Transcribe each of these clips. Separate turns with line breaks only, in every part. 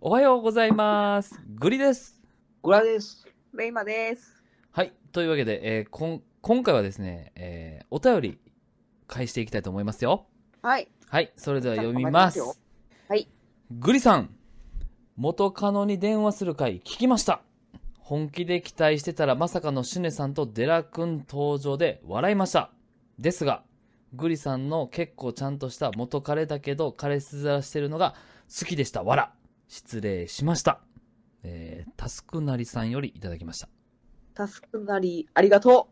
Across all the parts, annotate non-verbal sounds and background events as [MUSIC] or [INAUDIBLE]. おはようございます。グリです。
グラです。
レイマです。
はい。というわけで、えーこん今回はですね、えーお便り返していきたいと思いますよ。
はい。
はい。それでは読みます。
じゃあお待ちますよはい。
グリさん、元カノに電話する回聞きました。本気で期待してたらまさかのシュネさんとデラ君登場で笑いました。ですが、グリさんの結構ちゃんとした元彼だけど彼氏面してるのが好きでした。わら。失礼しました。えー、タスクなりさんよりいただきました。
タスクなり、ありがと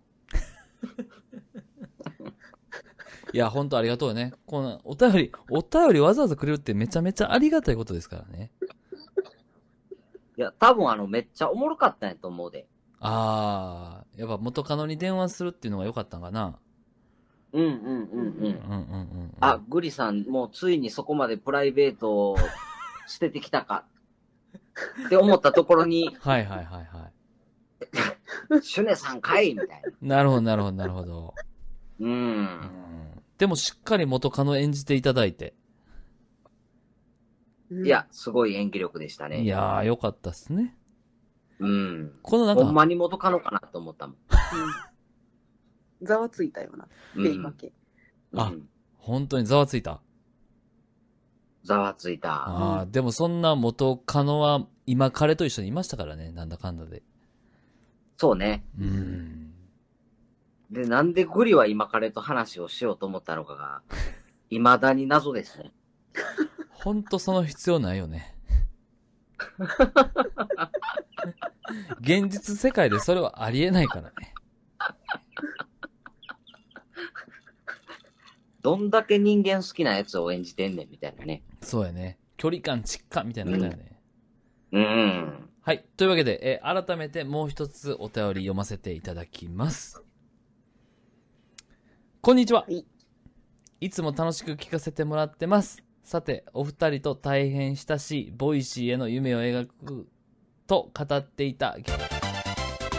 いや、ほんとありがとうね。このお便り、お便りわざわざくれるってめちゃめちゃありがたいことですからね。
いや、多分あの、めっちゃおもろかったんやと思うで。
あー、やっぱ元カノに電話するっていうのが良かったんかな。
うんうんうんう
うん
ん。
うんうんうん。、
あ、グリさん、もうついにそこまでプライベートを捨ててきた [LAUGHS] か。って思ったところに
はいはいはいは
シュネさんかいみたいな。
い。なるほどなるほどなるほど。
う。
うんん、でもしっかり元カノ演じていただいて。
う。
いや、すごい演技力でしたね。
いやー、良かったっすね。
うん。
このなん
ほん
か、
まに元カノかなと思ったもん。
うん。ざわついたような、
う
レイマ
ん。
系。
あ
うん
本当にざわついた。
ざわついた。
あー、でもそんな元カノは今彼と一緒にいましたからね。なんだかんだで。
そうね。
うん。
で、なんでグリは今彼と話をしようと思ったのかが、未だに謎ですね。
ほんとその必要ないよね。現実世界でそれはありえないからね。
どんだけ人間好きなやつを演じてんねんみたいなね。
そうやね。距離感ちっかみたいなことやね。
うん。
はい。というわけで、えー改めてもう一つお便り読ませていただきます。こんにちは。
はい
いつも楽しく聞かせてもらってます。さて、お二人と大変親しいボイシーへの夢を描くと語っていたギ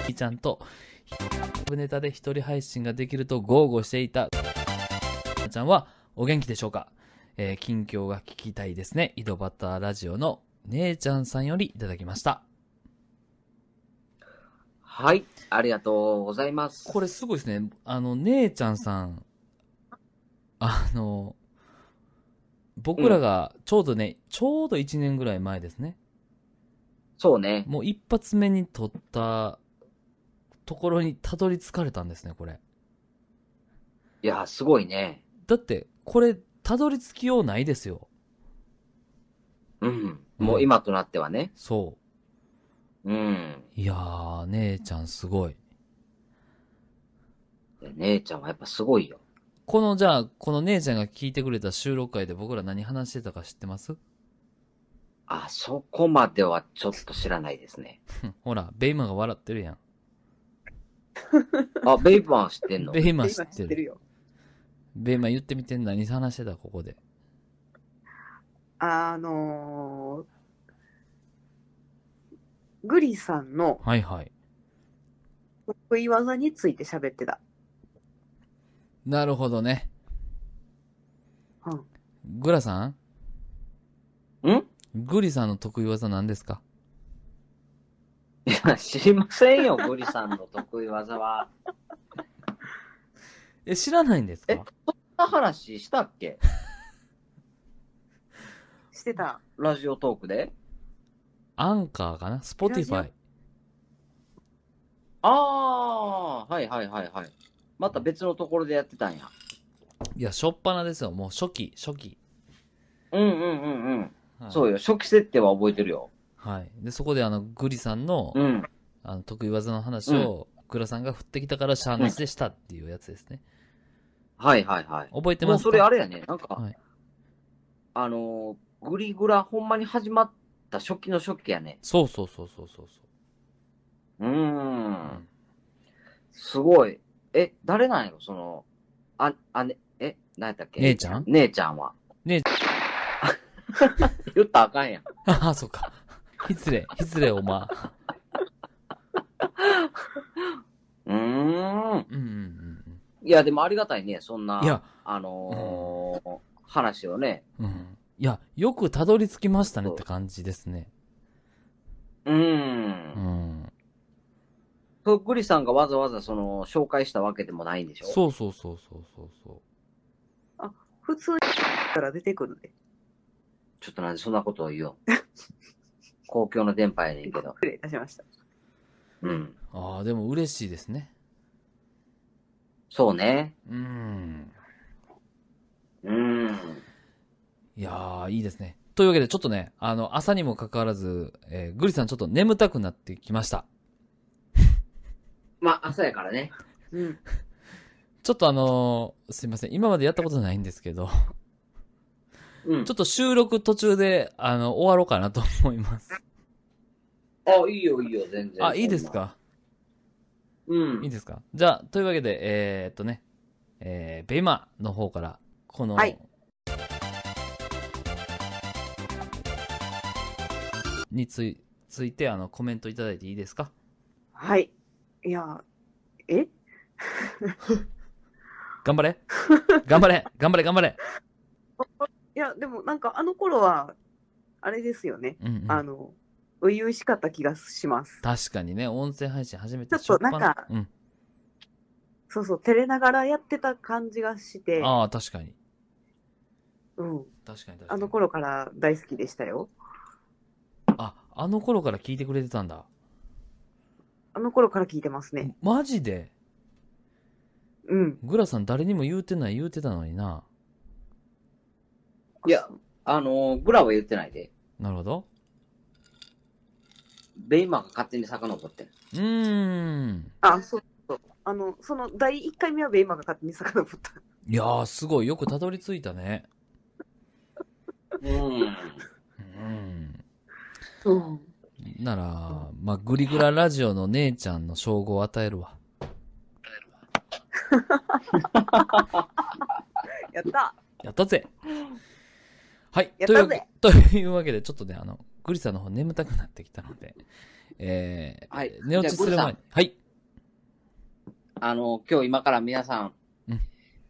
ギちゃんと、ネタで一人配信ができると豪語していたちゃんはお元気でしょうかえー近況が聞きたいですね。井戸端ラジオの姉ちゃんさんよりいただきました。
はい。ありがとうございます。
これすごいですね。あの、姉ちゃんさん、あの、僕らがちょうどね、ちょうど1年ぐらい前ですね。
そうね。
もう一発目に撮ったところにたどり着かれたんですね、これ。
いや、すごいね。
だって、これ、たどり着きようないですよ。
うん。
うん
もう今となってはね。
そ
うん。
う。いやー、姉ちゃんすごい。
いや姉ちゃんはやっぱすごいよ。
この、じゃあ、この姉ちゃんが聞いてくれた収録会で僕ら何話してたか知ってます [LAUGHS]
あ、そこまではちょっと知らないですね。
ふんほら、ベイマンが笑ってるやん。
あ、ベイバーン知ってんの
ベイマン
今
知
知
っ
って
て
る
る。
よ。
ベイマン言ってみてん何話してた、ここで。
あのー、グリさんの
はいはい。
得意技について喋ってた。
なるほどね。
うん。
グラさん
ん
グリさんの得意技何ですか
いや、知りませんよ、グリさんの得意技は。
え、知らないんです
え
か
そんな話したっけ
してた。
ラジオトークで
アンカーかなスポティファイ。
ああ、はいはいはいはい。また別のところでやってたんや。
いや、しょっぱなですよ。もう初期、初期。
うんうんうんうん。
はい、
そう
よ。
よ、初期設定は覚えてるよ。
はい。で、そこであの、グリさんの、
うん。
あの、得意技の話を、グラさんが振ってきたからシャーなしでしたっていうやつですね。
はいはいはい。
覚えて
も
ま
う
す
それあ
れ
れやね、なんか、
はい
あのーグリグラほんまに始まった初期の初期やね。
そうそうそうそうそうそう。
うーん
ん。
すごい。え、誰なんやろその、あ、あね、え、何やったっけ
姉ちゃん [LAUGHS]
姉ちゃんは。
姉
[LAUGHS] 言ったらあかんやん。
ああ、そっか。 [LAUGHS] 失礼、失礼、お前。
うー
う
ん。
んうんうん
いや、でもありがたいね、そんな、
うん。いや、
あのー話をね、
うん。いや、よくたどり着きましたねって感じですね。
う。
うんん。
とっくりさんがわざわざその、紹介したわけでもないんでしょ
そうそうそうそうそうそう。
普通にから出てくるで。
ちょっとなんでそんなことを言おう。 [LAUGHS] 公共の電波やねんけど。
失礼いたしました。
うん。
ああ、でも嬉しいですね。
そうね。
うん。
うん。
いやー、いいですね。というわけで、ちょっとね、あの、朝にもかかわらず、えー、グリさんちょっと眠たくなってきました。
まあ、朝やからね。
うん。
ちょっとあのーすいません。今までやったことないんですけど、
うん
ちょっと収録途中で、あの、終わろうかなと思います。
あ、いいよ、いいよ、全然。
あ、いいですか
う
いい
ん。
ですかじゃあ、というわけで、えー、っとね、えー、ベイマの方から、この、
はい
についついて、あの、コメントいただいていいですか
はい。いや、え
頑張れ頑張れ頑張れ頑張れ
いや、でもなんかあの頃は、あれですよね。
うん、うん
あの、初々しかった気がします。
確かにね、音声配信始めて
ちょっと
初っ端
なんか
うん。
そうそう、照れながらやってた感じがして、
ああ、確かに。
うん。
確かに確かに。
あの頃から大好きでしたよ。
あ、あの頃から聞いてくれてたんだ。
あの頃から聞いてますね。
マジで
うん。
グラさん誰にも言うてない言うてたのにな。
いや、あのー、グラは言ってないで。
なるほど。
ベイマーが勝手に遡ってん。
うーん。
あ、そうそう。あの、その第1回目はベイマーが勝手に遡った。
いやー、すごい。よくたどり着いたね。
うん。
うん。
うん。
なら、まあ、グリグララジオの姉ちゃんの称号を与えるわ。
やった
やったぜはい。
やっ
とい
た
う
ぜ
というわけで、ちょっとね、あの、グリさんの方眠たくなってきたので、えー、
はい
寝落ちする前に。はい。
あのー、今日今から皆さん
うん、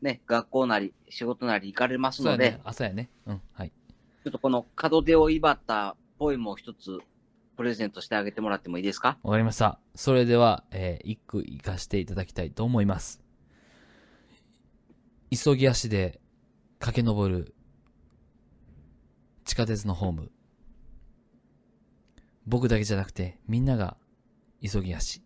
ね、学校なり、仕事なり行かれます
そう
の
や
で、
ね。朝やね。うん。はい。
ちょっとこの門出を威張ったポエムを一つプレゼントしてあげてもらってもいいですか
わかりました。それでは、えー一句生かしていただきたいと思います。急ぎ足で駆け上る地下鉄のホーム。僕だけじゃなくてみんなが急ぎ足。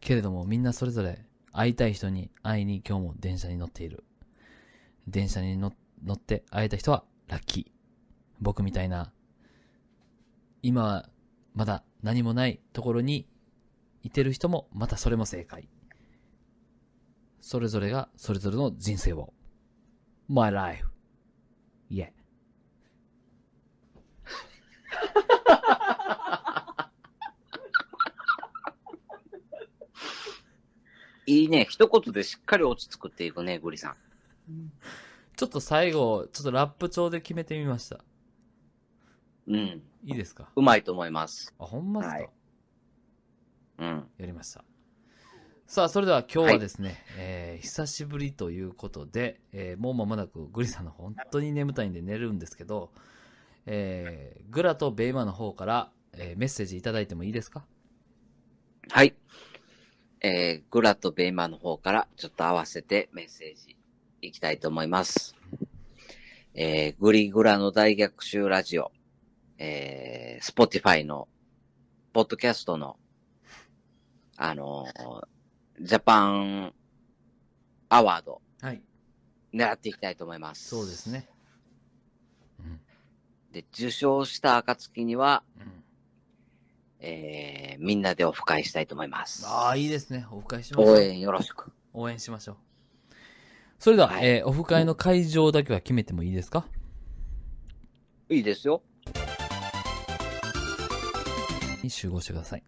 けれどもみんなそれぞれ会いたい人に会いに今日も電車に乗っている。電車にの乗って会えた人はラッキー。僕みたいな、今はまだ何もないところにいてる人もまたそれも正解。それぞれがそれぞれの人生を。My life. Yeah.
いいね。一言でしっかり落ち着くっていくね、グリさん。
ちょっと最後、ちょっとラップ調で決めてみました。
うん。
いいですか
うまいと思います。
あ、ほんまですか、
はい
うん。
やりました。さあ、それでは今日はですね、えー久しぶりということで、えーもう間もなくグリさんの方本当に眠たいんで寝るんですけど、えーグラとベイマの方から、えーメッセージいただいてもいいですか
はい。えー、グラとベイマーの方からちょっと合わせてメッセージいきたいと思います。えー、グリグラの大逆襲ラジオ、えー、スポティファイの、ポッドキャストの、あのージャパンアワード、
はい。
狙っていきたいと思います。
そうです。ね。うん。
で、受賞した暁には、
うん、
えー、みんなでオフ会したいと思います。
ああ、いいですね。オフ会しましょう。
応
応援
援よろしく。
しましょう。それでは、
はい
えーオフ会の会場だけは決めてもいいですか
いいですよ。
に集合してください。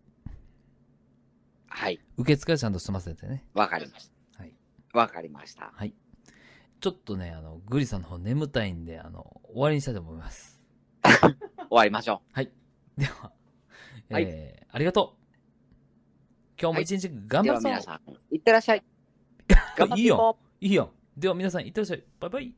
はい。
受付はちゃんと済ませてね。
わかりまし
はい。
た。わかりました。
はい。ちょっとね、あの、グリさんの方眠たいんで、あの、終わりにしたいと思います。
終わりましょ
はい。では、えー
はい
ありがとう。今日も一日
う。
頑
で
張
は
るぞ、
[LAUGHS] 皆さん、いってらっしゃい。頑張っていこう
いいよいいよ。では皆さん、いってらっしゃい。バイバイ。